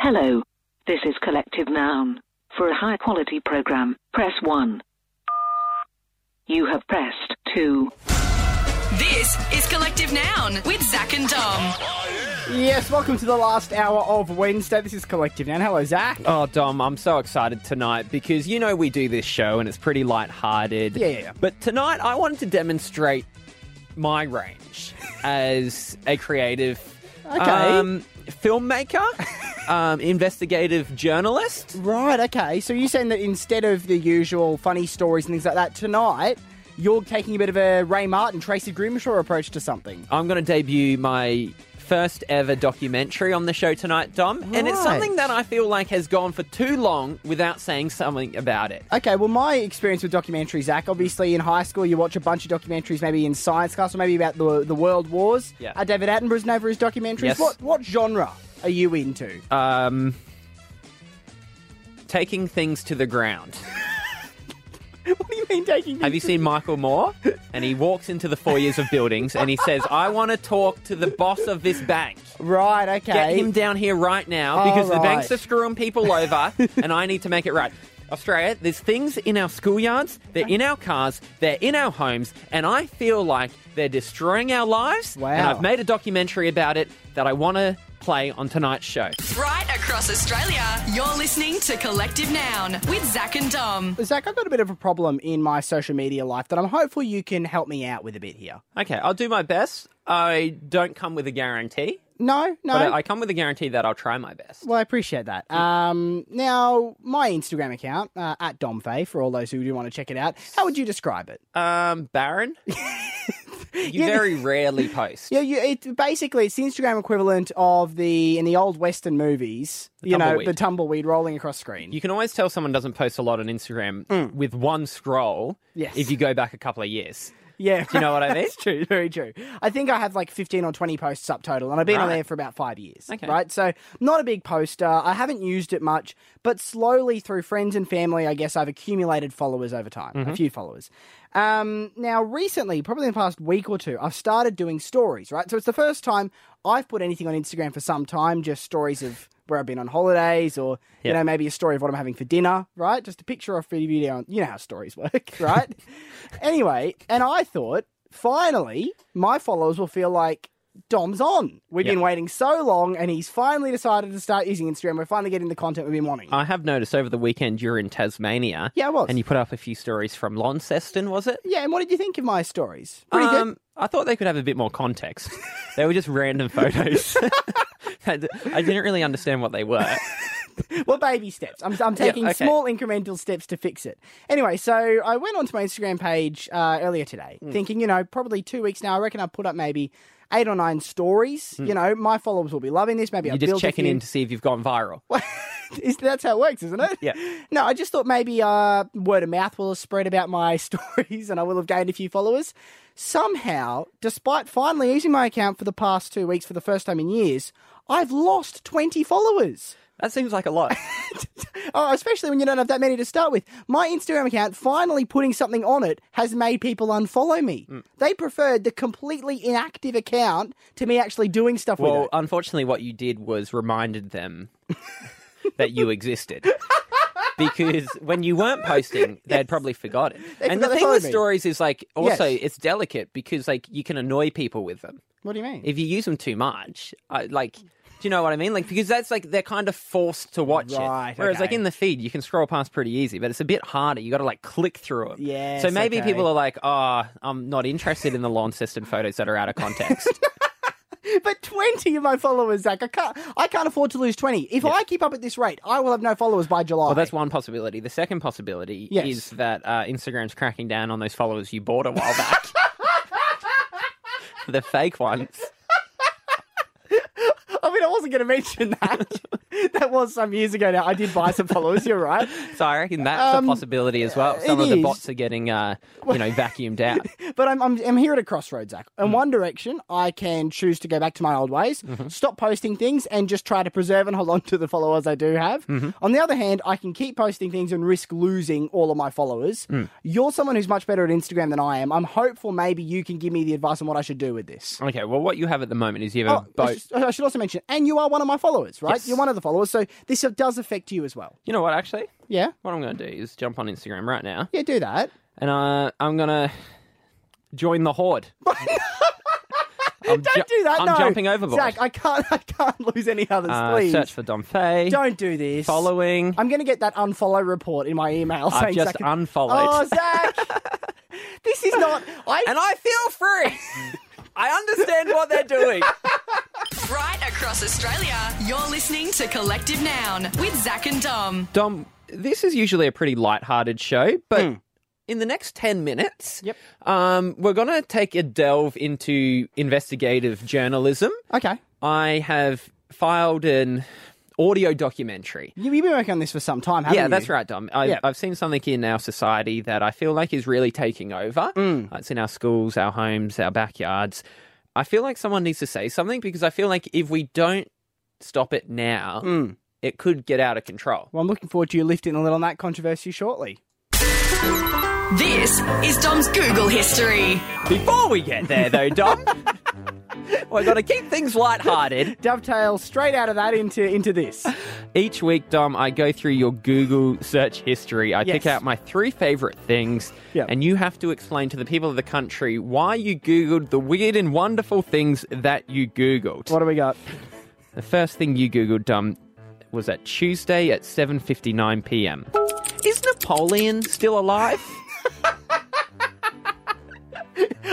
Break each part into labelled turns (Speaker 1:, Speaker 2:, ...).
Speaker 1: Hello. This is collective noun. For a high quality program, press 1. You have pressed 2.
Speaker 2: This is Collective Noun with Zach and Dom.
Speaker 3: Yes, welcome to the last hour of Wednesday. This is Collective Noun. Hello, Zach.
Speaker 4: Oh, Dom, I'm so excited tonight because you know we do this show and it's pretty light-hearted.
Speaker 3: Yeah, yeah, yeah.
Speaker 4: But tonight I wanted to demonstrate my range as a creative
Speaker 3: Okay.
Speaker 4: um, filmmaker, um, investigative journalist.
Speaker 3: Right, okay. So you're saying that instead of the usual funny stories and things like that, tonight you're taking a bit of a Ray Martin, Tracy Grimshaw approach to something.
Speaker 4: I'm going to debut my first ever documentary on the show tonight, Dom. And it's
Speaker 3: Right.
Speaker 4: something that I feel like has gone for too long without saying something about it.
Speaker 3: Okay, well, my experience with documentaries, Zach, obviously in high school you watch a bunch of documentaries, maybe in science class or maybe about the, the world wars.
Speaker 4: Yeah.
Speaker 3: Uh, David Attenborough's known for his documentaries.
Speaker 4: Yes.
Speaker 3: What, what genre are you into?
Speaker 4: Um, taking things to the ground.
Speaker 3: what do you mean taking
Speaker 4: Have you seen Michael Moore? And he walks into the foyers of buildings and he says, I want to talk to the boss of this bank.
Speaker 3: Right, okay.
Speaker 4: Get him down here right now
Speaker 3: All
Speaker 4: because the
Speaker 3: right.
Speaker 4: banks are screwing people over and I need to make it right. Australia, there's things in our schoolyards, they're in our cars, they're in our homes, and I feel like they're destroying our lives.
Speaker 3: Wow.
Speaker 4: And I've made a documentary about it that I want to play on tonight's show.
Speaker 2: Right across Australia, you're listening to Collective Noun with Zach and Dom.
Speaker 3: Zach, I've got a bit of a problem in my social media life that I'm hopeful you can help me out with a bit here.
Speaker 4: Okay, I'll do my best. I don't come with a guarantee,
Speaker 3: No, no.
Speaker 4: but I I come with a guarantee that I'll try my best.
Speaker 3: well, I appreciate that. Um, now, my Instagram account, uh, at DomFay, for all those who do want to check it out, how would you describe it?
Speaker 4: Um, Baron, you very rarely post.
Speaker 3: Yeah, you, it, basically, it's the Instagram equivalent of the, in the old Western movies, you know,
Speaker 4: tumbleweed.
Speaker 3: the tumbleweed rolling across screen.
Speaker 4: You can always tell someone doesn't post a lot on Instagram with one scroll
Speaker 3: Mm. Yes.
Speaker 4: if you go back a couple of years.
Speaker 3: yeah.
Speaker 4: Do you know what I mean?
Speaker 3: That's true, very true. I think I have like 15 or 20 posts up total, and I've been on
Speaker 4: Right.
Speaker 3: there for about five years.
Speaker 4: Okay.
Speaker 3: Right? So, not a big poster. I haven't used it much, but slowly through friends and family, I guess I've accumulated followers over time,
Speaker 4: Mm-hmm.
Speaker 3: a few followers. Um, now, recently, probably in the past week or two, I've started doing stories, right? So, it's the first time I've put anything on Instagram for some time, just stories of. Where I've been on holidays, or you
Speaker 4: Yeah.
Speaker 3: know, maybe a story of what I'm having for dinner, right? Just a picture or a video. You know how stories work, right? Anyway, and I thought, finally, my followers will feel like Dom's on. We've
Speaker 4: Yep.
Speaker 3: been waiting so long, and he's finally decided to start using Instagram. We're finally getting the content we've been wanting.
Speaker 4: I have noticed over the weekend you're in Tasmania.
Speaker 3: Yeah, I was.
Speaker 4: Uh, And you put up a few stories from Launceston, was it? Um,
Speaker 3: yeah, and what did you think of my stories? Pretty good.
Speaker 4: I thought they could have a bit more context. they were just random photos. I d- I didn't really understand what they were.
Speaker 3: Well, baby steps. I'm, I'm taking
Speaker 4: okay.
Speaker 3: small incremental steps to fix it. Anyway, so I went onto my Instagram page uh, earlier today,
Speaker 4: Hmm.
Speaker 3: thinking, you know, probably two weeks now. I reckon I've put up maybe eight or nine stories. You know, my followers will be loving this. Maybe
Speaker 4: Hmm. You're
Speaker 3: I'll
Speaker 4: just
Speaker 3: build a
Speaker 4: checking
Speaker 3: few.
Speaker 4: in to see if you've gone viral.
Speaker 3: Is that's how it works, isn't it?
Speaker 4: Yeah.
Speaker 3: No, I just thought maybe uh, word of mouth will have spread about my stories, and I will have gained a few followers. Somehow, despite finally using my account for the past two weeks for the first time in years, I've lost twenty followers.
Speaker 4: That seems like a lot.
Speaker 3: Oh, especially when you don't have that many to start with. My Instagram account finally putting something on it has made people unfollow me.
Speaker 4: Hmm.
Speaker 3: They preferred the completely inactive account to me actually doing stuff with
Speaker 4: Well, uh,
Speaker 3: it.
Speaker 4: unfortunately, what you did was reminded them that you existed. Because when you weren't posting, they'd probably forgotten.
Speaker 3: forgot
Speaker 4: and the
Speaker 3: they
Speaker 4: thing
Speaker 3: followed
Speaker 4: with
Speaker 3: me.
Speaker 4: stories is like also
Speaker 3: Yes.
Speaker 4: it's delicate because like you can annoy people with them
Speaker 3: What do you mean?
Speaker 4: if you use them too much. I, like, do you know what I mean? Like because that's like they're kind of forced to watch
Speaker 3: Right,
Speaker 4: it. Whereas like
Speaker 3: okay.
Speaker 4: in the feed, you can scroll past pretty easy, but it's a bit harder. You got to like click through them.
Speaker 3: Yes,
Speaker 4: So maybe
Speaker 3: okay.
Speaker 4: people are like, "Oh, I'm not interested in the Launceston photos that are out of context."
Speaker 3: But twenty of my followers, Zach. I can't. I can't afford to lose twenty. If I keep up at this rate, I will have no followers by July.
Speaker 4: Well, that's one possibility. The second possibility
Speaker 3: Yes.
Speaker 4: is that uh, Instagram's cracking down on those followers you bought a while back. the fake ones.
Speaker 3: I mean, I wasn't going to mention that. that was some years ago. Now I did buy some followers. You're right.
Speaker 4: So I reckon that's
Speaker 3: Um,
Speaker 4: a possibility as well.
Speaker 3: it
Speaker 4: Some of the
Speaker 3: is.
Speaker 4: bots are getting, uh, you know, vacuumed out.
Speaker 3: But I'm, I'm, I'm here at a crossroads, Zach.
Speaker 4: Mm-hmm.
Speaker 3: In one direction, I can choose to go back to my old ways, stop posting things, and just try to preserve and hold on to the followers I do have.
Speaker 4: Mm-hmm.
Speaker 3: On the other hand, I can keep posting things and risk losing all of my followers.
Speaker 4: Mm.
Speaker 3: You're someone who's much better at Instagram than I am. I'm hopeful maybe you can give me the advice on what I should do with this.
Speaker 4: Okay, well, what you have at the moment is you have
Speaker 3: Oh,
Speaker 4: a
Speaker 3: I
Speaker 4: boat.
Speaker 3: should- I should also mention and you are one of my followers, right?
Speaker 4: Yes.
Speaker 3: You're one of the followers, so this does affect you as well.
Speaker 4: You know what, actually?
Speaker 3: Yeah,
Speaker 4: What I'm going to do is jump on Instagram right now
Speaker 3: yeah, do that.
Speaker 4: and uh, I'm going to join the horde. I'm
Speaker 3: Don't do that.
Speaker 4: I'm
Speaker 3: no.
Speaker 4: jumping overboard.
Speaker 3: Zach. I can't. I can't lose any others.
Speaker 4: uh,
Speaker 3: please
Speaker 4: search for Dom Fay.
Speaker 3: don't do this.
Speaker 4: Following.
Speaker 3: I'm going to get that unfollow report in my email
Speaker 4: I've
Speaker 3: saying
Speaker 4: just
Speaker 3: Zach-
Speaker 4: unfollowed.
Speaker 3: Oh, Zach. this is not. I
Speaker 4: and I feel free. I understand what they're doing.
Speaker 2: Right across Australia, you're listening to Collective Noun with Zach and Dom.
Speaker 4: Dom, this is usually a pretty light-hearted show, but in the next ten minutes,
Speaker 3: Yep.
Speaker 4: um, we're going to take a delve into investigative journalism.
Speaker 3: okay.
Speaker 4: I have filed an audio documentary.
Speaker 3: You, you've been working on this for some time, haven't you?
Speaker 4: Yeah, that's right, Dom. I,
Speaker 3: Yeah.
Speaker 4: I've seen something in our society that I feel like is really taking over.
Speaker 3: Mm.
Speaker 4: Uh, It's in our schools, our homes, our backyards. I feel like someone needs to say something because I feel like if we don't stop it now,
Speaker 3: Mm.
Speaker 4: it could get out of control.
Speaker 3: Well, I'm looking forward to you lifting a lid on that controversy shortly.
Speaker 2: This is Dom's Google history.
Speaker 4: Before we get there, though, Dom, we've got to keep things lighthearted.
Speaker 3: Dovetail straight out of that into into this.
Speaker 4: Each week, Dom, I go through your Google search history. I pick
Speaker 3: Yes.
Speaker 4: out my three favorite things,
Speaker 3: Yeah.
Speaker 4: and you have to explain to the people of the country why you Googled the weird and wonderful things that you Googled.
Speaker 3: What do we got?
Speaker 4: The first thing you Googled, Dom, was at Tuesday at 7:59 p.m. Is Napoleon still alive?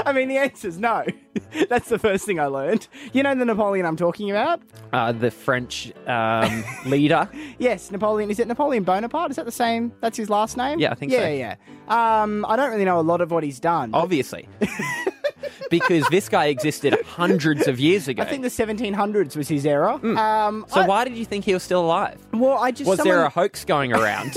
Speaker 3: I mean, the answer's no. that's the first thing I learned. You know the Napoleon I'm talking about?
Speaker 4: Uh, the French um, leader.
Speaker 3: Yes, Napoleon. Is it Napoleon Bonaparte? Is that the same? That's his last name?
Speaker 4: Yeah, I think
Speaker 3: yeah,
Speaker 4: so. Oh,
Speaker 3: Yeah, yeah. Um, I don't really know a lot of what he's done.
Speaker 4: obviously. because this guy existed hundreds of years ago.
Speaker 3: I think the 1700s was his era. Um,
Speaker 4: Hmm. so
Speaker 3: I-
Speaker 4: why did you think he was still alive?
Speaker 3: Well, I just
Speaker 4: Was
Speaker 3: someone,
Speaker 4: there a hoax going around?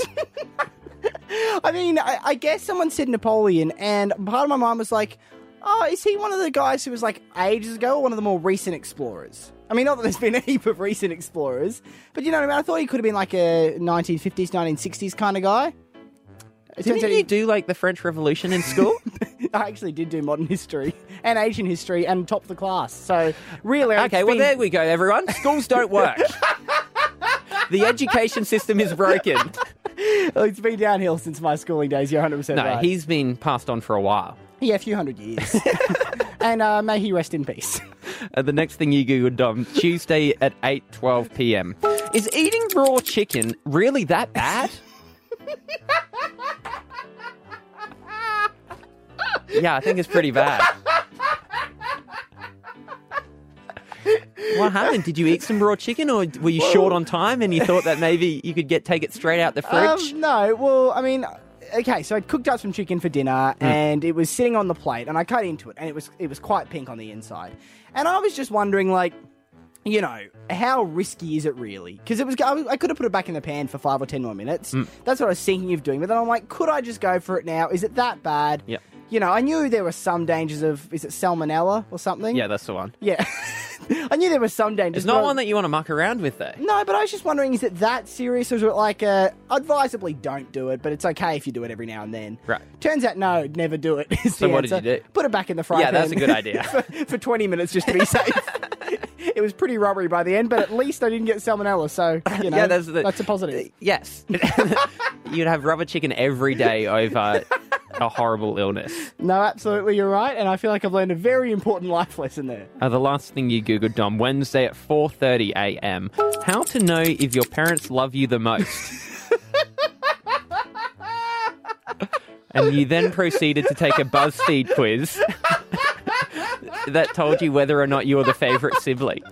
Speaker 3: I mean, I, I guess someone said Napoleon, and part of my mind was like, oh, is he one of the guys who was like ages ago, or one of the more recent explorers? I mean, not that there's been a heap of recent explorers, but you know what I mean. I thought he could have been like a 1950s, 1960s kind of guy. It turns out
Speaker 4: Didn't
Speaker 3: he-
Speaker 4: you do like the French Revolution in school?
Speaker 3: I actually did do modern history and Asian history and top the class. So really, I've
Speaker 4: okay, well
Speaker 3: been-
Speaker 4: there we go, everyone. Schools don't work. the education system is broken.
Speaker 3: it's been downhill since my schooling days. You're 100 percent
Speaker 4: No,
Speaker 3: right.
Speaker 4: he's been passed on for a while.
Speaker 3: yeah, a few hundred years, and uh, may he rest in peace.
Speaker 4: Uh, the next thing you googled, Dom, Tuesday at eight twelve p.m. Is eating raw chicken really that bad? yeah, I think it's pretty bad. What happened? Did you eat some raw chicken, or were you short on time and you thought that maybe you could get take it straight out the fridge?
Speaker 3: Um, no, well, I mean, okay, so I cooked up some chicken for dinner,
Speaker 4: Hmm.
Speaker 3: and it was sitting on the plate, and I cut into it, and it was it was quite pink on the inside, and I was just wondering, like, you know, how risky is it really? Because it was I, was- I could have put it back in the pan for five or ten more minutes.
Speaker 4: Hmm.
Speaker 3: That's what I was thinking of doing, but then I'm like, could I just go for it now? Is it that bad?
Speaker 4: Yep.
Speaker 3: You know, I knew there were some dangers of is it salmonella or something?
Speaker 4: yeah, that's the one.
Speaker 3: Yeah. I knew there were some dangers.
Speaker 4: It's not
Speaker 3: but I-
Speaker 4: one that you want to muck around with, though.
Speaker 3: no, but I was just wondering, is it that serious? Or is it like, uh, advisably don't do it, but it's okay if you do it every now and then?
Speaker 4: Right.
Speaker 3: Turns out, no, never do it. is
Speaker 4: So
Speaker 3: the
Speaker 4: what did
Speaker 3: answer.
Speaker 4: you do?
Speaker 3: Put it back in the frying
Speaker 4: Yeah,
Speaker 3: pan.
Speaker 4: that's a good idea.
Speaker 3: for, for 20 minutes just to be safe. it was pretty rubbery by the end, but at least I didn't get salmonella, so, you know,
Speaker 4: yeah, that's, the,
Speaker 3: a positive.
Speaker 4: Uh, yes. You'd have rubber chicken every day over a horrible illness.
Speaker 3: No, absolutely, you're right, and I feel like I've learned a very important life lesson there.
Speaker 4: Uh, the last thing you googled Dom Wednesday at 4:30 a.m. How to know if your parents love you the most. and you then proceeded to take a BuzzFeed quiz. that told you whether or not you were the favorite sibling.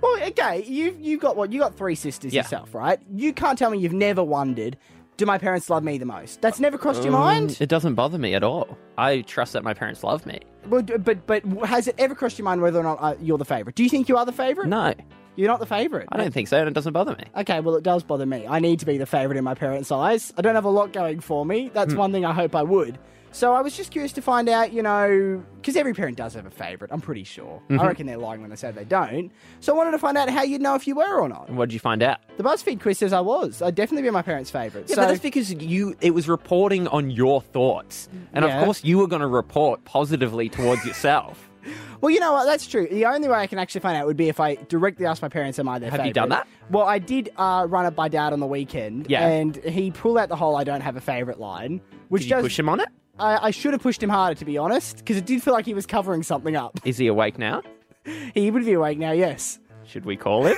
Speaker 3: Well, okay, you've you've got what you got three sisters
Speaker 4: Yeah.
Speaker 3: yourself, right? You can't tell me you've never wondered, do my parents love me the most? That's never crossed your mind.
Speaker 4: Mm, It doesn't bother me at all. I trust that my parents love me.
Speaker 3: Well, d- but but has it ever crossed your mind whether or not uh, you're the favorite? Do you think you are the favorite?
Speaker 4: No,
Speaker 3: you're not the favorite.
Speaker 4: I don't think so, and it doesn't bother me.
Speaker 3: Okay, well, it does bother me. I need to be the favorite in my parents' eyes. I don't have a lot going for me.
Speaker 4: Hmm.
Speaker 3: That's one thing I hope I would. So I was just curious to find out, you know, because every parent does have a favorite. I'm pretty sure.
Speaker 4: Mm-hmm.
Speaker 3: I reckon they're lying when they say they don't. So I wanted to find out how you'd know if you were or not.
Speaker 4: What did you find out?
Speaker 3: The BuzzFeed quiz says I was. I'd definitely be my parents' favorite.
Speaker 4: Yeah,
Speaker 3: so
Speaker 4: but that's because you it was reporting on your thoughts. And
Speaker 3: Yeah.
Speaker 4: of course you were gonna report positively towards yourself.
Speaker 3: Well, you know what? That's true. The only way I can actually find out would be if I directly asked my parents, "Am I their?"
Speaker 4: Have you
Speaker 3: favourite?
Speaker 4: done that?
Speaker 3: Well, I did uh, run it by dad on the weekend.
Speaker 4: Yeah.
Speaker 3: and he pulled out the whole "I don't have a favorite" line, which
Speaker 4: Did you
Speaker 3: does.
Speaker 4: push him on it?
Speaker 3: I, I should have pushed him harder, to be honest, because it did feel like he was covering something up.
Speaker 4: Is he awake now?
Speaker 3: He would be awake now. Yes.
Speaker 4: Should we call him?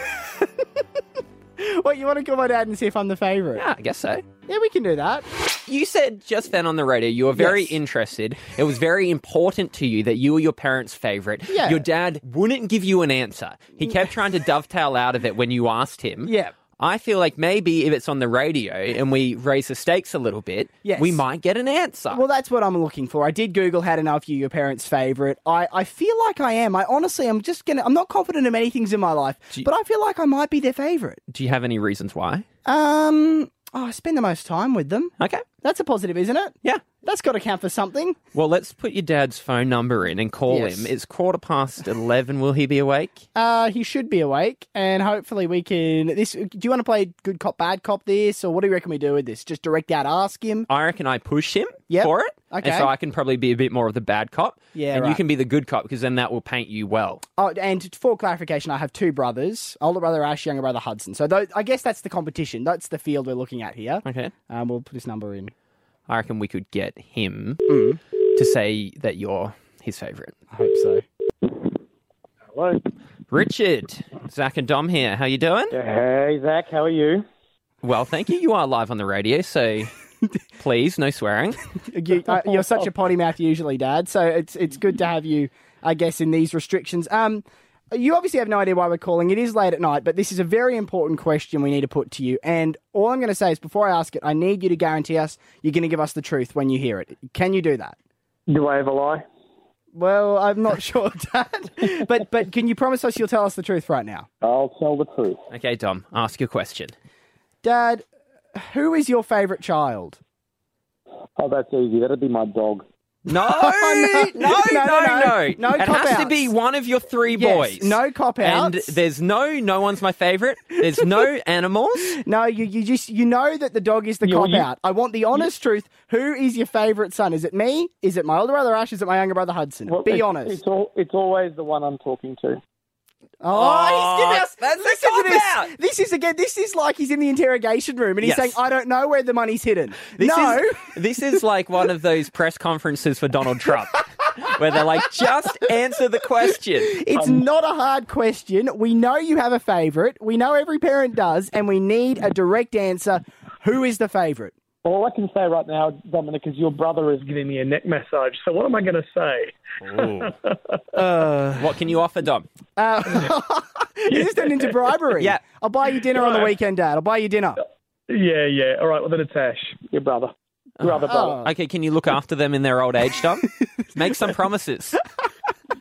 Speaker 3: What you want to call my dad and see if I'm the favorite?
Speaker 4: yeah, I guess so.
Speaker 3: yeah we can do that.
Speaker 4: You said just then on the radio you were very
Speaker 3: Yes.
Speaker 4: interested. It was very important to you that you were your parents' favorite.
Speaker 3: Yeah.
Speaker 4: Your dad wouldn't give you an answer. He kept trying to dovetail out of it when you asked him.
Speaker 3: Yeah.
Speaker 4: I feel like maybe if it's on the radio and we raise the stakes a little bit,
Speaker 3: Yes.
Speaker 4: we might get an answer.
Speaker 3: Well, that's what I'm looking for. I did Google how to know if you're your parents' favorite. I, I feel like I am. I honestly, I'm just gonna. I'm not confident in many things in my life, but I feel like I might be their favorite.
Speaker 4: Do you have any reasons why?
Speaker 3: Um, oh, I spend the most time with them.
Speaker 4: Okay.
Speaker 3: That's a positive, isn't it?
Speaker 4: Yeah.
Speaker 3: That's got to count for something.
Speaker 4: Well, let's put your dad's phone number in and call
Speaker 3: Yes.
Speaker 4: him. It's quarter past 11. Will he be awake?
Speaker 3: Uh, he should be awake, and hopefully we can. This. Do you want to play good cop, bad cop? This, or what do you reckon we do with this? Just direct out, ask him.
Speaker 4: I reckon I push him
Speaker 3: Yep.
Speaker 4: for it. And
Speaker 3: Okay.
Speaker 4: so I can probably be a bit more of the bad cop.
Speaker 3: Yeah,
Speaker 4: And you
Speaker 3: right.
Speaker 4: can be the good cop because then that will paint you well.
Speaker 3: Oh, and for clarification, I have two brothers: older brother Ash, younger brother Hudson. So tho- I guess that's the competition. That's the field we're looking at here.
Speaker 4: Okay.
Speaker 3: Um, we'll put his number in.
Speaker 4: I reckon we could get him
Speaker 3: Mm.
Speaker 4: to say that you're his favourite.
Speaker 3: I hope so.
Speaker 5: Hello.
Speaker 4: Richard, Zach and Dom here. How you doing?
Speaker 5: Hey, Zach, how are you?
Speaker 4: Well, thank you. You are live on the radio, so please, no swearing.
Speaker 3: You, uh, you're such a potty mouth usually, Dad. So it's it's good to have you, I guess, in these restrictions. Um, you obviously have no idea why we're calling. It is late at night, but this is a very important question we need to put to you. And all I'm going to say is, before I ask it, I need you to guarantee us you're going to give us the truth when you hear it. Can you do that?
Speaker 5: Do I ever lie?
Speaker 3: Well, I'm not sure, Dad. But but can you promise us you'll tell us the truth right now,
Speaker 5: I'll tell the truth.
Speaker 4: Okay, Dom, ask your question.
Speaker 3: Dad? Who is your favourite child?
Speaker 5: Oh, that's easy. That'd be my dog.
Speaker 4: No,
Speaker 3: Oh, no.
Speaker 4: no,
Speaker 3: No, no, no. No
Speaker 4: It has to
Speaker 3: cop-outs.
Speaker 4: be one of your three boys.
Speaker 3: Yes, no cop
Speaker 4: And
Speaker 3: outs.
Speaker 4: there's no, no one's my favourite. There's no animals.
Speaker 3: No, you, you just you know that the dog is the
Speaker 5: Yeah, well,
Speaker 3: cop
Speaker 5: you-
Speaker 3: out. I want the honest truth. Who is your favourite son? Is it me? Is it my older brother Ash? Is it my younger brother Hudson?
Speaker 5: Well,
Speaker 3: Be
Speaker 5: it's,
Speaker 3: honest.
Speaker 5: It's, all, it's always the one I'm talking to.
Speaker 4: Oh, he's giving us- that's a
Speaker 3: listen to this.
Speaker 4: cop-out.
Speaker 3: This is again. This is like he's in the interrogation room and he's
Speaker 4: Yes.
Speaker 3: saying, "I don't know where the money's hidden."
Speaker 4: This
Speaker 3: no,
Speaker 4: is this is like one of those press conferences for Donald Trump, where they're like, "Just answer the question."
Speaker 3: it's
Speaker 5: Um,
Speaker 3: not a hard question. We know you have a favourite. We know every parent does, and we need a direct answer. Who is the favourite?
Speaker 5: All I can say right now, Dominic, is your brother is giving me a neck massage. So what am I going to say?
Speaker 4: What can you offer, Dom?
Speaker 3: This has Uh, turned into bribery.
Speaker 4: Yeah.
Speaker 3: I'll buy you dinner on the
Speaker 5: Right.
Speaker 3: weekend, Dad. I'll buy you dinner.
Speaker 6: Yeah, yeah. All right, well then it's Ash.
Speaker 5: Your brother. Your other brother.
Speaker 3: Uh.
Speaker 4: Okay, can you look after them in their old age, Dom? Make some promises.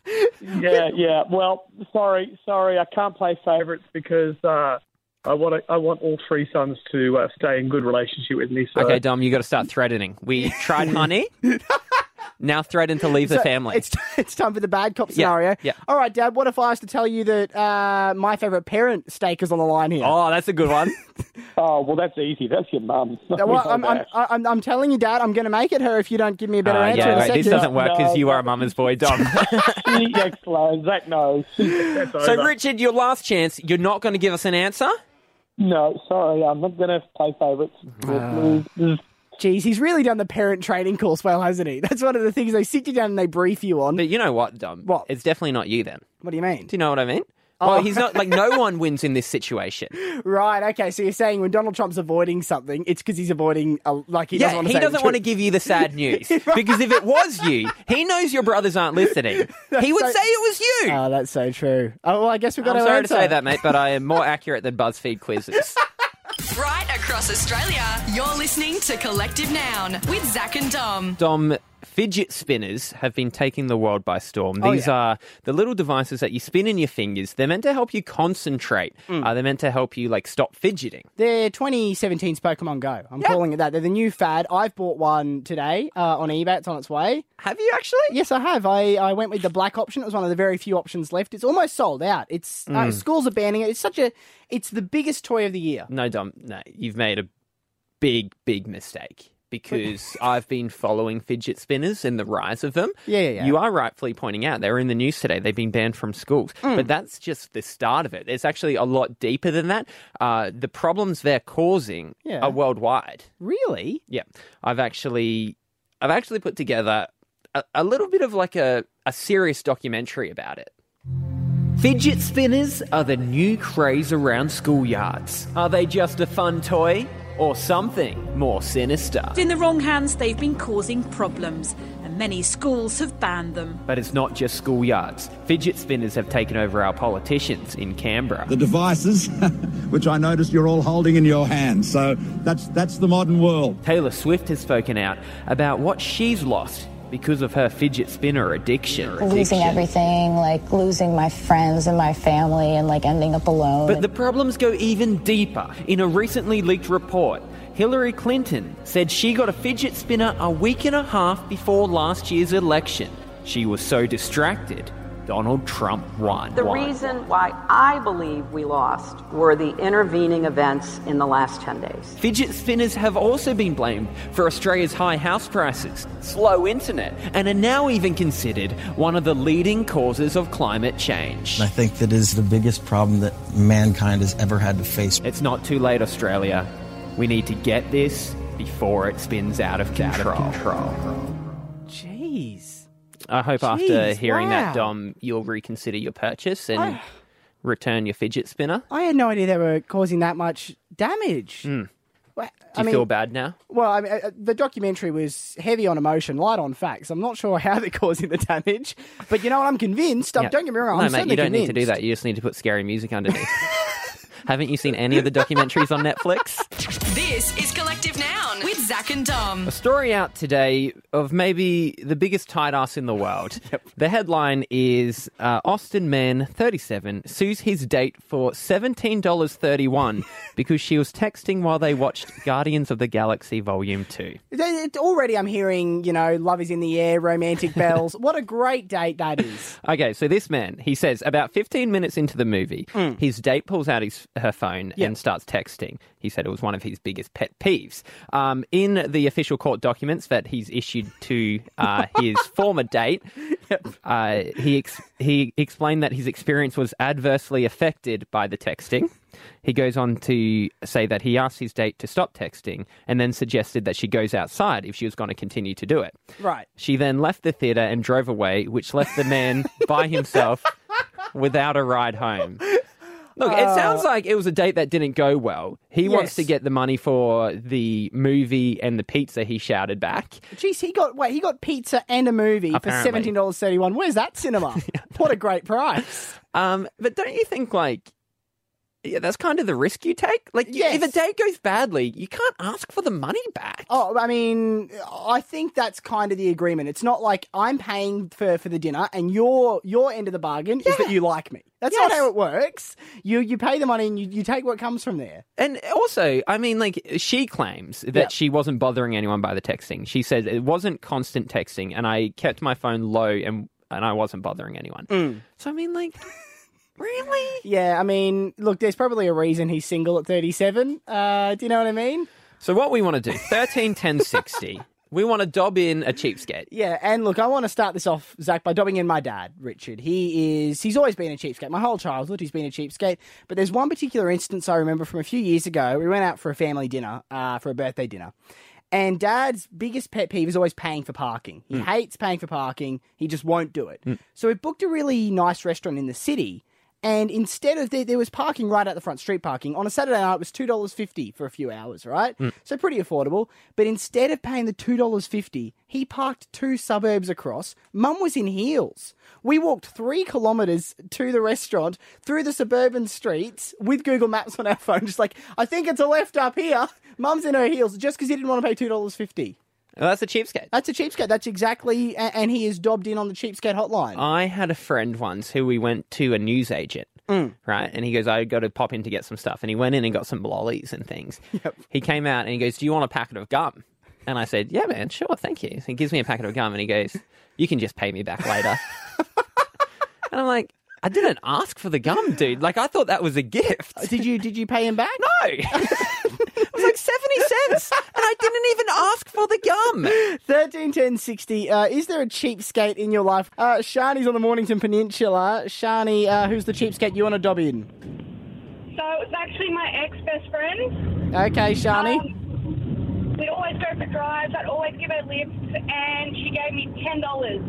Speaker 6: Yeah,
Speaker 5: Oh. Yeah, yeah. Well, sorry, sorry. I can't play favourites because uh, I want I want all three sons to uh, stay in good relationship with me. So.
Speaker 4: Okay, Dom, you got to start threatening. We tried honey, now threaten to leave the
Speaker 3: So
Speaker 4: family.
Speaker 3: It's it's time for the bad cop
Speaker 4: Yeah,
Speaker 3: scenario.
Speaker 4: yeah.
Speaker 3: All right, Dad. What if I was to tell you that uh, my favorite parent stake is on the line here? Uh,
Speaker 4: Oh, that's a good one.
Speaker 5: Oh, well, that's easy. That's your mum.
Speaker 3: Well, I'm, I'm, I'm, I'm telling you, Dad, I'm going to make it her if you don't give me a better
Speaker 4: Uh,
Speaker 3: answer. in
Speaker 4: yeah,
Speaker 3: a
Speaker 4: wait, this
Speaker 3: second.
Speaker 4: doesn't work because
Speaker 5: No,
Speaker 4: you
Speaker 5: no.
Speaker 4: are a mama's boy, Dom.
Speaker 5: She explodes. Zach knows.
Speaker 6: that's
Speaker 4: so,
Speaker 6: over.
Speaker 4: Richard, your last chance. You're not going to give us an answer.
Speaker 5: No, sorry. I'm not going to play favourites. We'll lose.
Speaker 3: Jeez, he's really done the parent training course well, hasn't he? That's one of the things they sit you down and they brief you on.
Speaker 4: But you know what, Dom?
Speaker 3: What? Oh.
Speaker 4: It's definitely not you then.
Speaker 3: What do you mean?
Speaker 4: Do you know what I mean? Well, he's not like no one wins in this situation.
Speaker 3: Right, okay, so you're saying when Donald Trump's avoiding something, it's because he's avoiding, a, like, he doesn't
Speaker 4: Yeah,
Speaker 3: want to
Speaker 4: he doesn't want to give you the sad news because if it was you, he knows your brothers aren't listening. He would
Speaker 3: so-
Speaker 4: say it was you.
Speaker 3: Oh, that's so true. Oh, well, I guess we've got
Speaker 4: I'm
Speaker 3: our
Speaker 4: sorry
Speaker 3: answer.
Speaker 4: to say that, mate, but I am more accurate than BuzzFeed quizzes.
Speaker 2: Right across Australia, you're listening to Collective Noun with Zach and Dom.
Speaker 4: Dom, fidget spinners have been taking the world by storm.
Speaker 3: Oh,
Speaker 4: These
Speaker 3: yeah.
Speaker 4: are the little devices that you spin in your fingers. They're meant to help you concentrate.
Speaker 3: Mm.
Speaker 4: Uh, they're meant to help you like stop fidgeting.
Speaker 3: They're 2017's Pokemon Go. I'm calling it that. They're the new fad. I've bought one today uh, on eBay. It's on its way.
Speaker 4: Have you actually?
Speaker 3: Yes, I have. I, I went with the black option. It was one of the very few options left. It's almost sold out. It's uh,
Speaker 4: Mm.
Speaker 3: schools are banning it. It's such a. It's the biggest toy of the year.
Speaker 4: No, Dom, no. You've made a big, big mistake because I've been following fidget spinners and the rise of them.
Speaker 3: Yeah, yeah, yeah.
Speaker 4: You are rightfully pointing out they're in the news today. They've been banned from schools,
Speaker 3: Mm.
Speaker 4: but that's just the start of it. It's actually a lot deeper than that. Uh, the problems they're causing
Speaker 3: Yeah.
Speaker 4: are worldwide.
Speaker 3: Really?
Speaker 4: Yeah, I've actually, I've actually put together a, a little bit of like a, a serious documentary about it. Fidget spinners are the new craze around schoolyards. Are they just a fun toy or something more sinister?
Speaker 7: In the wrong hands, they've been causing problems, and many schools have banned them.
Speaker 4: But it's not just schoolyards. Fidget spinners have taken over our politicians in Canberra.
Speaker 8: the devices, which I noticed you're all holding in your hands. So that's, that's the modern world.
Speaker 4: Taylor Swift has spoken out about what she's lost because of her fidget spinner addiction.
Speaker 9: losing everything, like losing my friends and my family, and like ending up alone.
Speaker 4: But the problems go even deeper. In a recently leaked report, Hillary Clinton said she got a fidget spinner a week and a half before last year's election. She was so distracted, Donald Trump won.
Speaker 10: The reason why I believe we lost were the intervening events in the last 10 days.
Speaker 4: Fidget spinners have also been blamed for Australia's high house prices, slow internet, and are now even considered one of the leading causes of climate change.
Speaker 11: I think that is the biggest problem that mankind has ever had to face.
Speaker 4: It's not too late, Australia. We need to get this before it spins out of control.
Speaker 3: Jeez.
Speaker 4: I hope after
Speaker 3: Jeez,
Speaker 4: hearing
Speaker 3: wow.
Speaker 4: that, Dom, you'll reconsider your purchase and return your fidget spinner.
Speaker 3: I had no idea they were causing that much damage. Well,
Speaker 4: Mm. Do you feel bad now?
Speaker 3: Well, I mean, uh, uh, the documentary was heavy on emotion, light on facts. I'm not sure how they're causing the damage, but you know what? I'm convinced. I'm,
Speaker 4: Yeah.
Speaker 3: Oh, Don't get me wrong.
Speaker 4: No,
Speaker 3: I'm
Speaker 4: mate,
Speaker 3: certainly
Speaker 4: you don't
Speaker 3: convinced.
Speaker 4: need to do that. You just need to put scary music underneath. Haven't you seen any of the documentaries on Netflix?
Speaker 2: This is Collective Noun with Zach and Dom.
Speaker 4: A story out today of maybe the biggest tight ass in the world. The headline is uh, Austin man, 37, sues his date for $17.31 because she was texting while they watched Guardians of the Galaxy Volume 2.
Speaker 3: Th- th- Already, I'm hearing, you know, love is in the air, romantic bells. what a great date that is.
Speaker 4: Okay, so this man, he says about 15 minutes into the movie, his date pulls out his her phone
Speaker 3: Yeah.
Speaker 4: and starts texting. He said it was one of his biggest pet peeves. Um, in the official court documents that he's issued to uh, his former date, uh, he ex- he explained that his experience was adversely affected by the texting. He goes on to say that he asked his date to stop texting and then suggested that she goes outside if she was going to continue to do it.
Speaker 3: Right.
Speaker 4: She then left the theatre and drove away, which left the man by himself without a ride home. Look, it sounds like it was a date that didn't go well. He
Speaker 3: Uh,
Speaker 4: wants
Speaker 3: Yes.
Speaker 4: to get the money for the movie and the pizza he shouted back.
Speaker 3: Jeez, he got wait, he got pizza and a movie for
Speaker 4: Apparently.
Speaker 3: seventeen dollars thirty one. Where's that cinema? what a great price.
Speaker 4: Um, but don't you think, like, yeah, that's kind of the risk you take? Like, you- if
Speaker 3: Yes.
Speaker 4: a date goes badly, you can't ask for the money back.
Speaker 3: Oh, I mean, I think that's kind of the agreement. It's not like I'm paying for, for the dinner and your your end of the bargain is that you like me. That's not
Speaker 4: Yes.
Speaker 3: how it works. You you pay the money and you, you take what comes from there.
Speaker 4: And also, I mean, like, she claims that
Speaker 3: Yep.
Speaker 4: she wasn't bothering anyone by the texting. She said it wasn't constant texting, and I kept my phone low and and I wasn't bothering anyone. So, I mean, like, really?
Speaker 3: Yeah, I mean, look, there's probably a reason he's single at 37. Uh, do you know what I mean?
Speaker 4: So, what we want to do, 13, 10, 60, we want to dob in a cheapskate.
Speaker 3: Yeah, and look, I want to start this off, Zach, by dobbing in my dad, Richard. He is, he's always been a cheapskate. My whole childhood, he's been a cheapskate. But there's one particular instance I remember from a few years ago. We went out for a family dinner, uh, for a birthday dinner. And dad's biggest pet peeve is always paying for parking. He hates paying for parking, he just won't do it. So we booked a really nice restaurant in the city. And instead of there, there was parking right out the front, street parking. On a Saturday night, it was two dollars fifty for a few hours, right? So pretty affordable. But instead of paying the two dollars fifty, he parked two suburbs across. Mum was in heels. We walked three kilometers to the restaurant through the suburban streets with Google Maps on our phone, just like I think it's a left up here. Mum's in her heels just because he didn't want to pay two dollars fifty.
Speaker 4: Well, that's a cheapskate.
Speaker 3: That's a cheapskate. That's exactly, a- and he is dobbed in on the cheapskate hotline.
Speaker 4: I had a friend once who we went to a newsagent, right? And he goes, I got to pop in to get some stuff. And he went in and got some lollies and things. He came out and he goes, Do you want a packet of gum? And I said, Yeah, man, sure, thank you. So he gives me a packet of gum and he goes, You can just pay me back later. and I'm like, I didn't Uh, ask for the gum, dude. Like, I thought that was a gift.
Speaker 3: did you did you pay him back?
Speaker 4: No. It was like 70 cents. And I didn't even ask for the gum.
Speaker 3: 131060. Uh, is there a cheapskate in your life? Uh, Shani's on the Mornington Peninsula. Shani, uh, who's the cheapskate you want to dob in?
Speaker 12: So it was actually my ex best friend.
Speaker 3: Okay, Shani.
Speaker 12: We'd always go for drives. I'd always give her lifts, and she gave me ten dollars.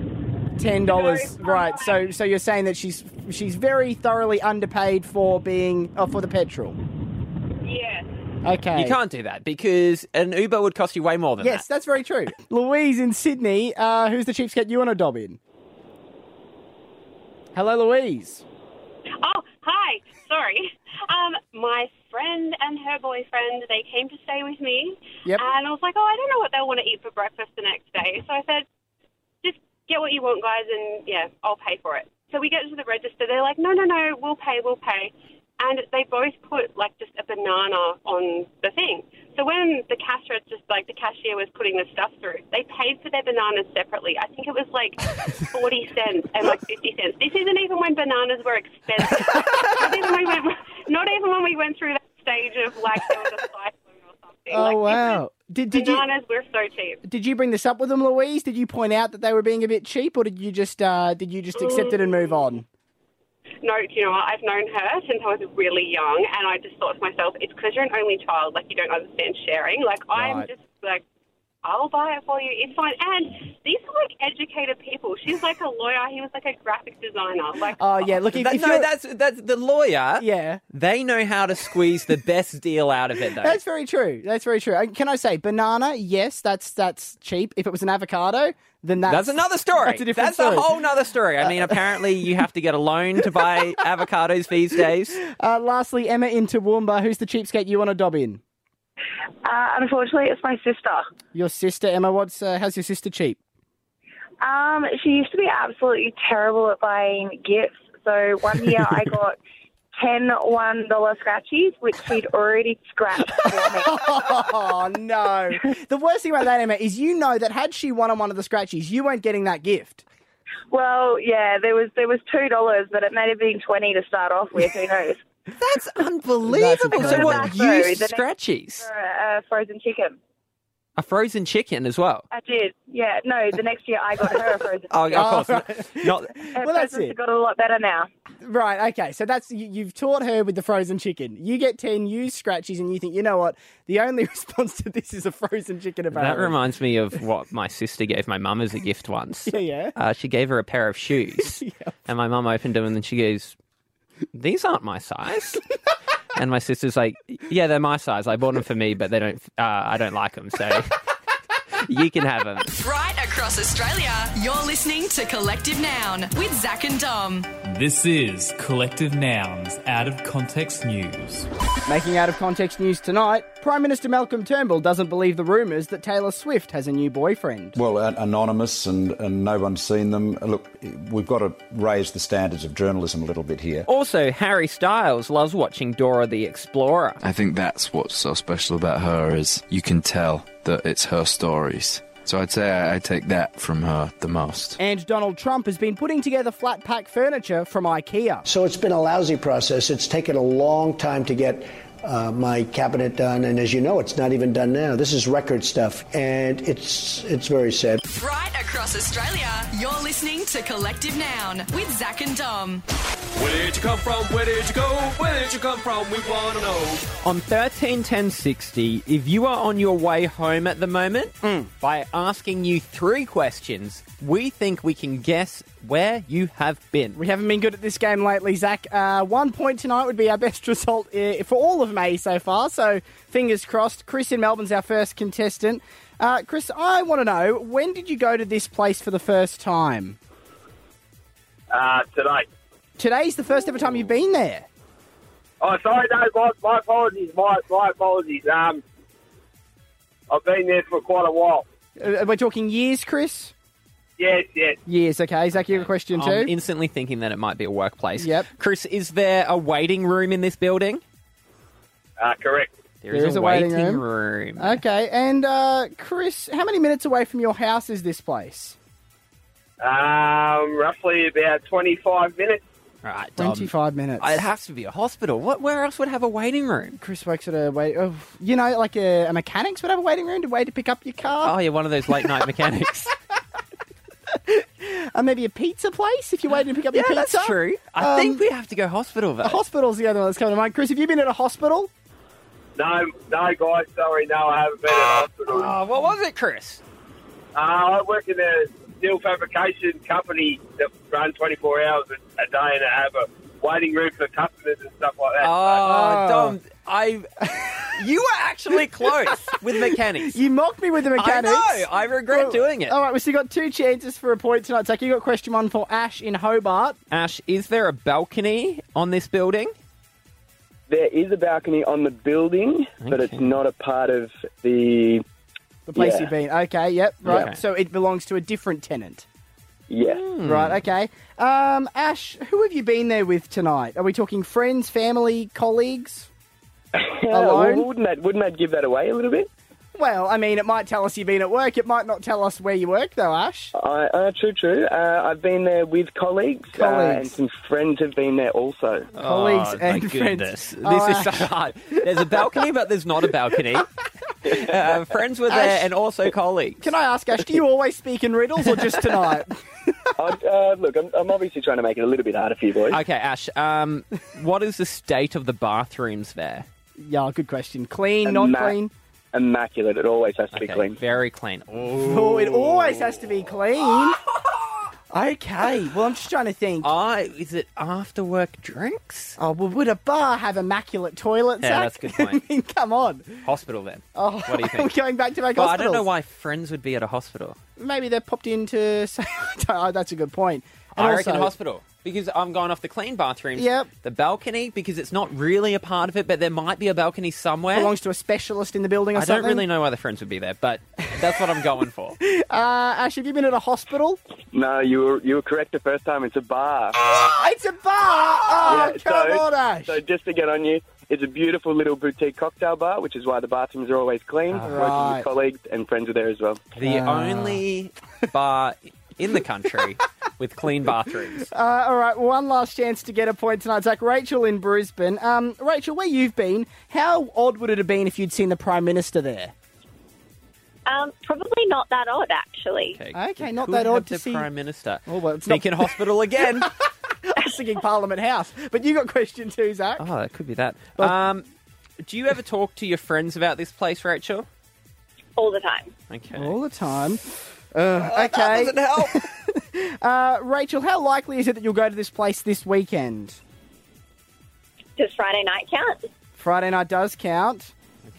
Speaker 3: Ten dollars, right? So, so you're saying that she's she's very thoroughly underpaid for being uh, for the petrol.
Speaker 12: Yeah.
Speaker 3: Okay.
Speaker 4: You can't do that because an Uber would cost you way more than
Speaker 3: Yes,
Speaker 4: that.
Speaker 3: that's very true. Louise in Sydney, uh, who's the cheapskate you want to dob in? Hello, Louise.
Speaker 2: Oh, hi. Sorry. Um, my friend and her boyfriend, they came to stay with me.
Speaker 3: Yep.
Speaker 2: And I was like, oh, I don't know what they'll want to eat for breakfast the next day. So I said, just get what you want, guys, and yeah, I'll pay for it. So we get to the register. They're like, no, no, no, we'll pay, we'll pay. And they both put like just a banana on the thing. So when the cash register, like the cashier was putting the stuff through, they paid for their bananas separately. I think it was like 40 cents and like 50 cents. This isn't even when bananas were expensive. not, even when we, not even when we went through that stage of like there was a cyclone or something.
Speaker 3: Oh
Speaker 2: like,
Speaker 3: wow! Did did you
Speaker 2: bananas were so cheap.
Speaker 3: did you bring this up with them, Louise? Did you point out that they were being a bit cheap, or did you just uh, did you just accept it and move on?
Speaker 2: No, do you know what? I've known her since I was really young, and I just thought to myself, it's because you're an only child, like you don't understand sharing. Like I'm
Speaker 13: Right.
Speaker 2: just like, I'll buy it for you. It's fine. And these are like educated people. She's like a lawyer. He was like a graphic designer. Like
Speaker 3: Oh yeah, look. If,
Speaker 4: That-
Speaker 3: if
Speaker 4: no,
Speaker 3: you're-
Speaker 4: that's that's the lawyer.
Speaker 3: Yeah,
Speaker 4: they know how to squeeze the best deal out of it, though.
Speaker 3: That's very true. That's very true. And can I say banana? Yes, that's that's cheap. If it was an avocado, then that's
Speaker 4: That's another story.
Speaker 3: That's a different
Speaker 4: That's
Speaker 3: story. Uh,
Speaker 4: a whole nother story. I mean, apparently you have to get a loan to buy avocados these days.
Speaker 3: Uh, lastly, Emma in Toowoomba, who's the cheapskate you want to dob in?
Speaker 14: Uh, unfortunately, it's my sister.
Speaker 3: Your sister, Emma. What's uh, how's your sister cheap?
Speaker 14: Um, she used to be absolutely terrible at buying gifts. So one year I got ten one dollar scratchies, which she'd already scratched.
Speaker 3: oh no! The worst thing about that, Emma, is you know that had she won on one of the scratchies, you weren't getting that gift.
Speaker 14: Well, yeah, there was there was two dollars, but it may have been twenty to start off with. Who knows?
Speaker 4: That's unbelievable.
Speaker 14: That's
Speaker 4: so what?
Speaker 14: back,
Speaker 4: You
Speaker 14: though, the
Speaker 4: used
Speaker 14: next-
Speaker 4: scratchies,
Speaker 14: For a, a Uh, frozen chicken.
Speaker 4: a frozen chicken as well.
Speaker 14: I did. Yeah. No, the next year I got her a frozen.
Speaker 4: Oh,
Speaker 14: chicken.
Speaker 4: of course. Not,
Speaker 14: Her
Speaker 3: Well, that's
Speaker 14: presents
Speaker 3: it.
Speaker 14: have got a lot better now.
Speaker 3: Right, okay. So that's you, you've taught her with the frozen chicken. You get ten, you scratchies, and you think, you know what? The only response to this is a frozen chicken.
Speaker 4: that
Speaker 3: Apparently,
Speaker 4: reminds me of what my sister gave my mum as a gift once.
Speaker 3: Yeah, yeah.
Speaker 4: Uh, she gave her a pair of shoes, and my mum opened them, and then she goes, "These aren't my size." and my sister's like, "Yeah, they're my size. I bought them for me, but they don't. Uh, I don't like them, so you can have them."
Speaker 15: Right across Australia, you're listening to Collective Noun with Zach and Dom.
Speaker 16: This is Collective Nouns Out of Context News.
Speaker 3: Making out of context news tonight, Prime Minister Malcolm Turnbull doesn't believe the rumours that Taylor Swift has a new boyfriend.
Speaker 17: Well, an- anonymous and, and no one's seen them. Look, we've got to raise the standards of journalism a little bit here.
Speaker 4: Also, Harry Styles loves watching Dora the Explorer.
Speaker 18: I think that's what's so special about her is you can tell that it's her stories. So I'd say I, I take that from her the most.
Speaker 3: And Donald Trump has been putting together flat pack furniture from IKEA.
Speaker 19: So it's been a lousy process. It's taken a long time to get uh, my cabinet done, and as you know, it's not even done now. This is record stuff, and it's it's very sad.
Speaker 15: Right across Australia, you're listening to Collective Noun with Zach and Dom.
Speaker 20: Where did you come from? Where did you go? Where did you come from? We wanna know.
Speaker 4: On 131060, if you are on your way home at the moment, by asking you three questions, we think we can guess where you have been.
Speaker 3: We haven't been good at this game lately, Zach. Uh, one point tonight would be our best result uh, for all of May so far, so fingers crossed. Chris in Melbourne's our first contestant. Uh, Chris, I want to know when did you go to this place for the first time?
Speaker 5: Uh,
Speaker 21: Ah,
Speaker 5: today.
Speaker 3: Today's the first ever time you've been there.
Speaker 5: Oh, sorry, no, my, my apologies, my, my apologies. Um, I've been there for quite a while.
Speaker 3: Uh, we're talking years, Chris?
Speaker 5: Yes, yes.
Speaker 3: Years, okay. Zach, you have a question too?
Speaker 4: I'm instantly thinking that it might be a workplace.
Speaker 3: Yep.
Speaker 4: Chris, is there a waiting room in this building?
Speaker 21: Ah,
Speaker 5: Uh, correct.
Speaker 3: There is a waiting room.
Speaker 4: room.
Speaker 3: Okay, and uh, Chris, how many minutes away from your house is this place?
Speaker 5: Um, roughly about 25 minutes.
Speaker 4: Right, Dom. Uh,
Speaker 3: 25 minutes.
Speaker 4: It has to be a hospital. What? Where else would have a waiting room?
Speaker 3: Chris works at a wait. Oh, you know, like a, a mechanics would have a waiting room to wait to pick up your car.
Speaker 4: Oh, yeah, one of those late night mechanics.
Speaker 3: And Uh, maybe a pizza place if you're waiting to pick up
Speaker 4: yeah,
Speaker 3: your
Speaker 4: that's
Speaker 3: pizza.
Speaker 4: true. I
Speaker 3: Um,
Speaker 4: think we have to go hospital
Speaker 3: A
Speaker 4: though.
Speaker 3: hospital's the other one that's coming to mind. Chris, have you been at a hospital?
Speaker 21: No, no, guys, sorry, no, I haven't been in hospital.
Speaker 4: Oh, what was it, Chris?
Speaker 21: Uh, I work in a steel fabrication company that run 24 hours a a day and have a waiting room for customers and stuff like that.
Speaker 4: Oh, Dom, I. You were actually close with mechanics.
Speaker 3: You mocked me with the mechanics.
Speaker 4: I know. I regret
Speaker 3: Well, oh.
Speaker 4: doing it.
Speaker 3: All right, well, so you got two chances for a point tonight. Tuck, you got question one for Ash in Hobart.
Speaker 4: Ash, is there a balcony on this building?
Speaker 22: There is a balcony on the building, but it's not a part of the.
Speaker 3: The place
Speaker 22: Yeah.
Speaker 3: you've been. Okay, yep, right.
Speaker 22: Yeah.
Speaker 3: So it belongs to a different tenant.
Speaker 22: Yeah.
Speaker 4: Hmm.
Speaker 3: Right, okay. Um, Ash, who have you been there with tonight? Are we talking friends, family, colleagues?
Speaker 22: Yeah,
Speaker 3: Alone?
Speaker 22: Oh, well, wouldn't that wouldn't that give that away a little bit?
Speaker 3: Well, I mean, it might tell us you've been at work. It might not tell us where you work, though, Ash.
Speaker 4: Oh,
Speaker 22: I, uh, true, true. Uh, I've been there with colleagues, uh,
Speaker 3: Colleagues.
Speaker 22: and some friends have been there also.
Speaker 3: Colleagues
Speaker 4: oh, my
Speaker 3: and friends.
Speaker 4: goodness. This
Speaker 3: Oh,
Speaker 4: is so hard. There's a balcony, but there's not a balcony. Uh, friends were there
Speaker 3: Ash-
Speaker 4: and also colleagues.
Speaker 3: Can I ask, Ash, do you always speak in riddles or just tonight?
Speaker 22: I, uh, look, I'm, I'm obviously trying to make it a little bit harder for you boys.
Speaker 4: Okay, Ash, um, what is the state of the bathrooms there?
Speaker 3: yeah, good question. Clean, not
Speaker 22: Immac-
Speaker 3: clean?
Speaker 22: Immaculate. It always has to be
Speaker 4: Okay,
Speaker 22: clean.
Speaker 4: Very clean.
Speaker 3: Oh, it always has to be clean. okay, well, I'm just trying to think.
Speaker 4: Ah, is it after work drinks?
Speaker 3: Oh, well, would a bar have immaculate toilets?
Speaker 4: Yeah,
Speaker 3: Zach?
Speaker 4: that's a good point.
Speaker 3: I mean, come on.
Speaker 4: Hospital then.
Speaker 3: Oh,
Speaker 4: What do you
Speaker 3: we're
Speaker 4: think?
Speaker 3: going back to make
Speaker 4: Well, I
Speaker 3: hospitals.
Speaker 4: don't know why friends would be at a hospital.
Speaker 3: Maybe they're popped into. say- oh, that's a good point. And
Speaker 4: I reckon
Speaker 3: also-
Speaker 4: hospital because I'm going off the clean bathrooms.
Speaker 3: Yep.
Speaker 4: The balcony because it's not really a part of it, but there might be a balcony somewhere.
Speaker 3: belongs to a specialist in the building or
Speaker 4: I
Speaker 3: something.
Speaker 4: don't really know why the friends would be there, but that's what I'm going for.
Speaker 3: Uh, Ash, have you been at a hospital?
Speaker 22: No, you were you were correct the first time. It's a bar.
Speaker 3: It's a bar. Oh,
Speaker 22: Yeah,
Speaker 3: come
Speaker 22: so,
Speaker 3: on, Ash.
Speaker 22: So just to get on you, it's a beautiful little boutique cocktail bar, which is why the bathrooms are always clean. Working
Speaker 3: right.
Speaker 22: with colleagues and friends are there as well.
Speaker 4: The
Speaker 3: Ah.
Speaker 4: only bar in the country with clean bathrooms.
Speaker 3: Uh, all right, one last chance to get a point tonight, Zach. Rachel in Brisbane. Um, Rachel, where you've been? How odd would it have been if you'd seen the Prime Minister there?
Speaker 23: Um, probably not that odd, actually.
Speaker 3: Okay, not
Speaker 4: Who
Speaker 3: that
Speaker 4: had
Speaker 3: odd
Speaker 4: the
Speaker 3: to see.
Speaker 4: prime minister.
Speaker 3: Oh well, it's
Speaker 4: Thinking hospital again.
Speaker 3: I was thinking Parliament House, but you got question two, Zach.
Speaker 4: Oh, that could be that. Um, do you ever talk to your friends about this place, Rachel?
Speaker 23: All the time.
Speaker 4: Okay.
Speaker 3: All the time. Ugh, Uh, okay.
Speaker 4: doesn't help.
Speaker 3: uh, Rachel, how likely is it that you'll go to this place this weekend?
Speaker 23: Does Friday night count?
Speaker 3: Friday night does count.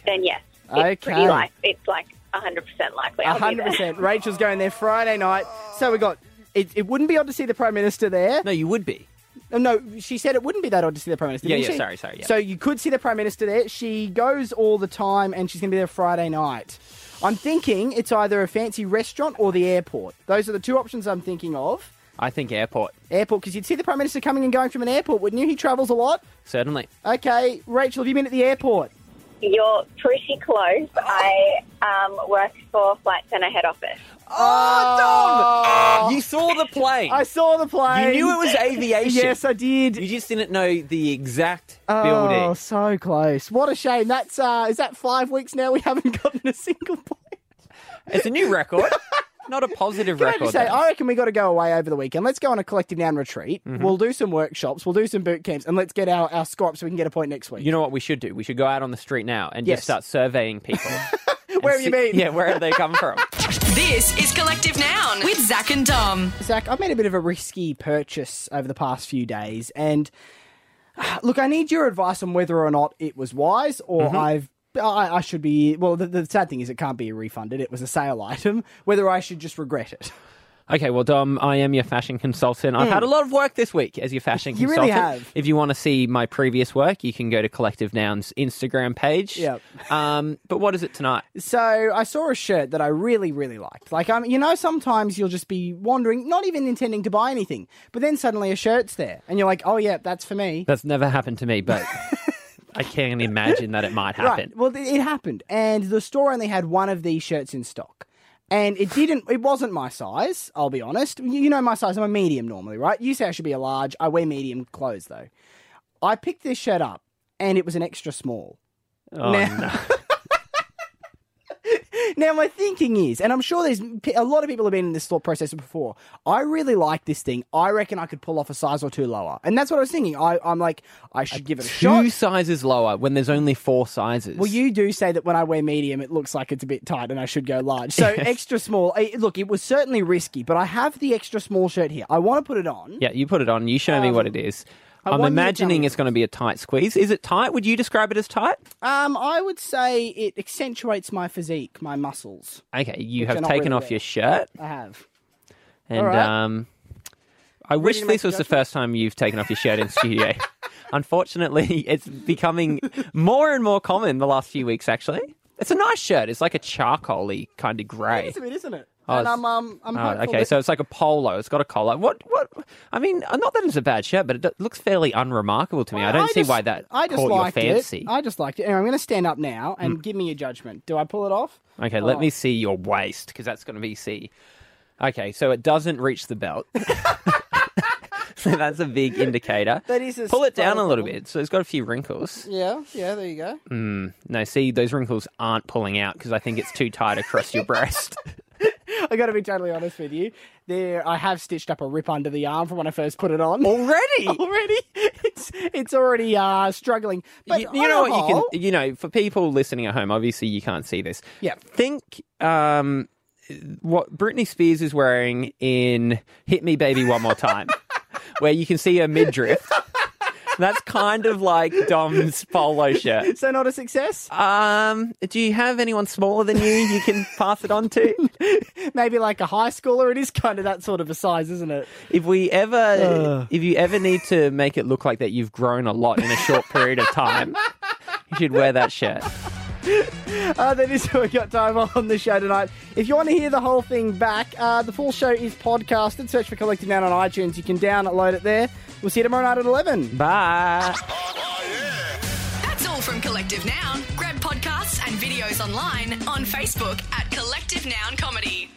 Speaker 23: Then yes. It's
Speaker 3: Okay.
Speaker 24: Okay.
Speaker 23: pretty like it's like hundred percent likely. I'll be
Speaker 3: hundred
Speaker 23: there.
Speaker 3: percent. Rachel's going there Friday night. So we got. It, it wouldn't be odd to see the prime minister there.
Speaker 4: No, you would be.
Speaker 3: Oh, No, she said it wouldn't be that odd to see the prime minister.
Speaker 4: Yeah,
Speaker 3: didn't
Speaker 4: yeah,
Speaker 3: she?
Speaker 4: sorry, sorry, yeah.
Speaker 3: So you could see the prime minister there. She goes all the time, and she's going to be there Friday night. I'm thinking it's either a fancy restaurant or the airport. Those are the two options I'm thinking of.
Speaker 4: I think airport.
Speaker 3: Airport, because you'd see the prime minister coming and going from an airport, wouldn't you? He travels a lot.
Speaker 4: Certainly.
Speaker 3: Okay, Rachel, have you been at the airport?
Speaker 23: You're pretty close. I um, work for Flight Centre head office.
Speaker 4: Oh, Dom! You saw the plane.
Speaker 3: I saw the plane.
Speaker 4: You knew it was aviation.
Speaker 3: yes, I did.
Speaker 4: You just didn't know the exact
Speaker 3: Oh,
Speaker 4: building.
Speaker 3: so close. What a shame. That's uh, is that five weeks now we haven't gotten a single point.
Speaker 4: It's a new record. Not a positive
Speaker 3: Can I
Speaker 4: record.
Speaker 3: just say,
Speaker 4: though.
Speaker 3: I reckon we got to go away over the weekend. Let's go on a collective noun retreat.
Speaker 4: Mhm.
Speaker 3: We'll do some workshops. We'll do some boot camps, and let's get our our score up so we can get a point next week.
Speaker 4: You know what we should do? We should go out on the street now and
Speaker 3: Yes.
Speaker 4: just start surveying people.
Speaker 3: Where have you been?
Speaker 4: yeah, where have they come from?
Speaker 2: This is Collective Noun with Zach and Dom.
Speaker 3: Zach, I've made a bit of a risky purchase over the past few days, and look, I need your advice on whether or not it was wise or
Speaker 4: Mhm.
Speaker 3: I've. I, I should be. Well, the, the sad thing is, it can't be refunded. It was a sale item. Whether I should just regret it.
Speaker 4: Okay, well, Dom, I am your fashion consultant. I've
Speaker 3: Mm.
Speaker 4: had a lot of work this week as your fashion
Speaker 3: You really
Speaker 4: consultant.
Speaker 3: have.
Speaker 4: If you want to see my previous work, you can go to Collective Noun's Instagram page.
Speaker 3: Yep.
Speaker 4: Um, but what is it tonight?
Speaker 3: So I saw a shirt that I really, really liked. Like, um, you know, sometimes you'll just be wandering, not even intending to buy anything, but then suddenly a shirt's there, and you're like, "Oh yeah, that's for me."
Speaker 4: That's never happened to me, but I can't imagine that it might happen.
Speaker 3: Right. Well, it it happened, and the store only had one of these shirts in stock. and it didn't. It wasn't my size. I'll be honest. You, you know my size. I'm a medium normally, right? You say I should be a large. I wear medium clothes though. I picked this shirt up, and it was an extra small.
Speaker 4: Oh, no.
Speaker 3: Now, my thinking is, and I'm sure there's p- a lot of people have been in this thought process before. I really like this thing. I reckon I could pull off a size or two lower, and that's what I was thinking. I, I'm like, I should give it a shot.
Speaker 4: Two sizes lower when there's only four sizes.
Speaker 3: Well, you do say that when I wear medium, it looks like it's a bit tight, and I should go large. So
Speaker 4: Yes.
Speaker 3: extra small. eh, Look, it was certainly risky, but I have the extra small shirt here. I want to put it on.
Speaker 4: Yeah, you put it on. You show me what it is.
Speaker 3: I
Speaker 4: I'm
Speaker 3: want you to tell
Speaker 4: imagining
Speaker 3: me.
Speaker 4: it's going to be a tight squeeze. Is it tight? Would you describe it as tight?
Speaker 3: Um, I would say it accentuates my physique, my muscles.
Speaker 4: Okay, you
Speaker 3: Which
Speaker 4: have
Speaker 3: are not
Speaker 4: taken
Speaker 3: really
Speaker 4: off
Speaker 3: there.
Speaker 4: your shirt,
Speaker 3: I have.
Speaker 4: and
Speaker 3: Alright.
Speaker 4: um, I wish
Speaker 3: to
Speaker 4: this
Speaker 3: make a
Speaker 4: was the first time you've taken off your shirt in studio. Unfortunately, it's becoming more and more common the last few weeks. Actually, it's a nice shirt. It's like a charcoaly kind of grey.
Speaker 3: It's a bit, isn't it?
Speaker 4: Oh,
Speaker 3: and
Speaker 4: it's-
Speaker 3: I'm, um, I'm
Speaker 4: Oh,
Speaker 3: hopeful
Speaker 4: okay,
Speaker 3: that-
Speaker 4: so it's like a polo. It's got a collar. What? What? I mean, uh, not that it's a bad shirt, but it do- looks fairly unremarkable to me. I don't see
Speaker 3: just-
Speaker 4: why that
Speaker 3: I just
Speaker 4: caught your
Speaker 3: liked
Speaker 4: fancy. Hmm.
Speaker 3: it. I just liked it. Anyway, I'm going to stand up now and give me your judgment. Do I pull it off?
Speaker 4: Okay, let
Speaker 3: Oh.
Speaker 4: me see your waist because that's going to be see. Okay, so it doesn't reach the belt. so that's a big indicator.
Speaker 3: That is a
Speaker 4: Pull it down a
Speaker 3: struggle.
Speaker 4: little bit. So it's got a few wrinkles.
Speaker 3: Yeah, yeah. There you go.
Speaker 4: Mm, no, see, those wrinkles aren't pulling out because I think it's too tight across your breast.
Speaker 3: I got to be totally honest with you. There, I have stitched up a rip under the arm from when I first put it on.
Speaker 4: Already,
Speaker 3: already, it's it's already uh, struggling. But
Speaker 4: you, you
Speaker 3: on
Speaker 4: know
Speaker 3: the
Speaker 4: what? You
Speaker 3: whole-
Speaker 4: can, you know, for people listening at home, obviously you can't see this.
Speaker 3: Yeah.
Speaker 4: Think um, what Britney Spears is wearing in "Hit Me, Baby, One More Time," where you can see her midriff. That's kind of like Dom's polo shirt.
Speaker 3: So not a success.
Speaker 4: Um, do you have anyone smaller than you you can pass it on to?
Speaker 3: Maybe like a high schooler. It is kind of that sort of a size, isn't it?
Speaker 4: If we ever,
Speaker 3: Uh.
Speaker 4: if you ever need to make it look like that you've grown a lot in a short period of time, you should wear that shirt.
Speaker 3: uh, that is all we got time on the show tonight. If you want to hear the whole thing back, uh, the full show is podcasted. Search for Collective Noun on iTunes. You can download it there. We'll see you tomorrow night at 11.
Speaker 4: Bye.
Speaker 2: That's all from Collective Noun. Grab podcasts and videos online on Facebook at Collective Noun Comedy.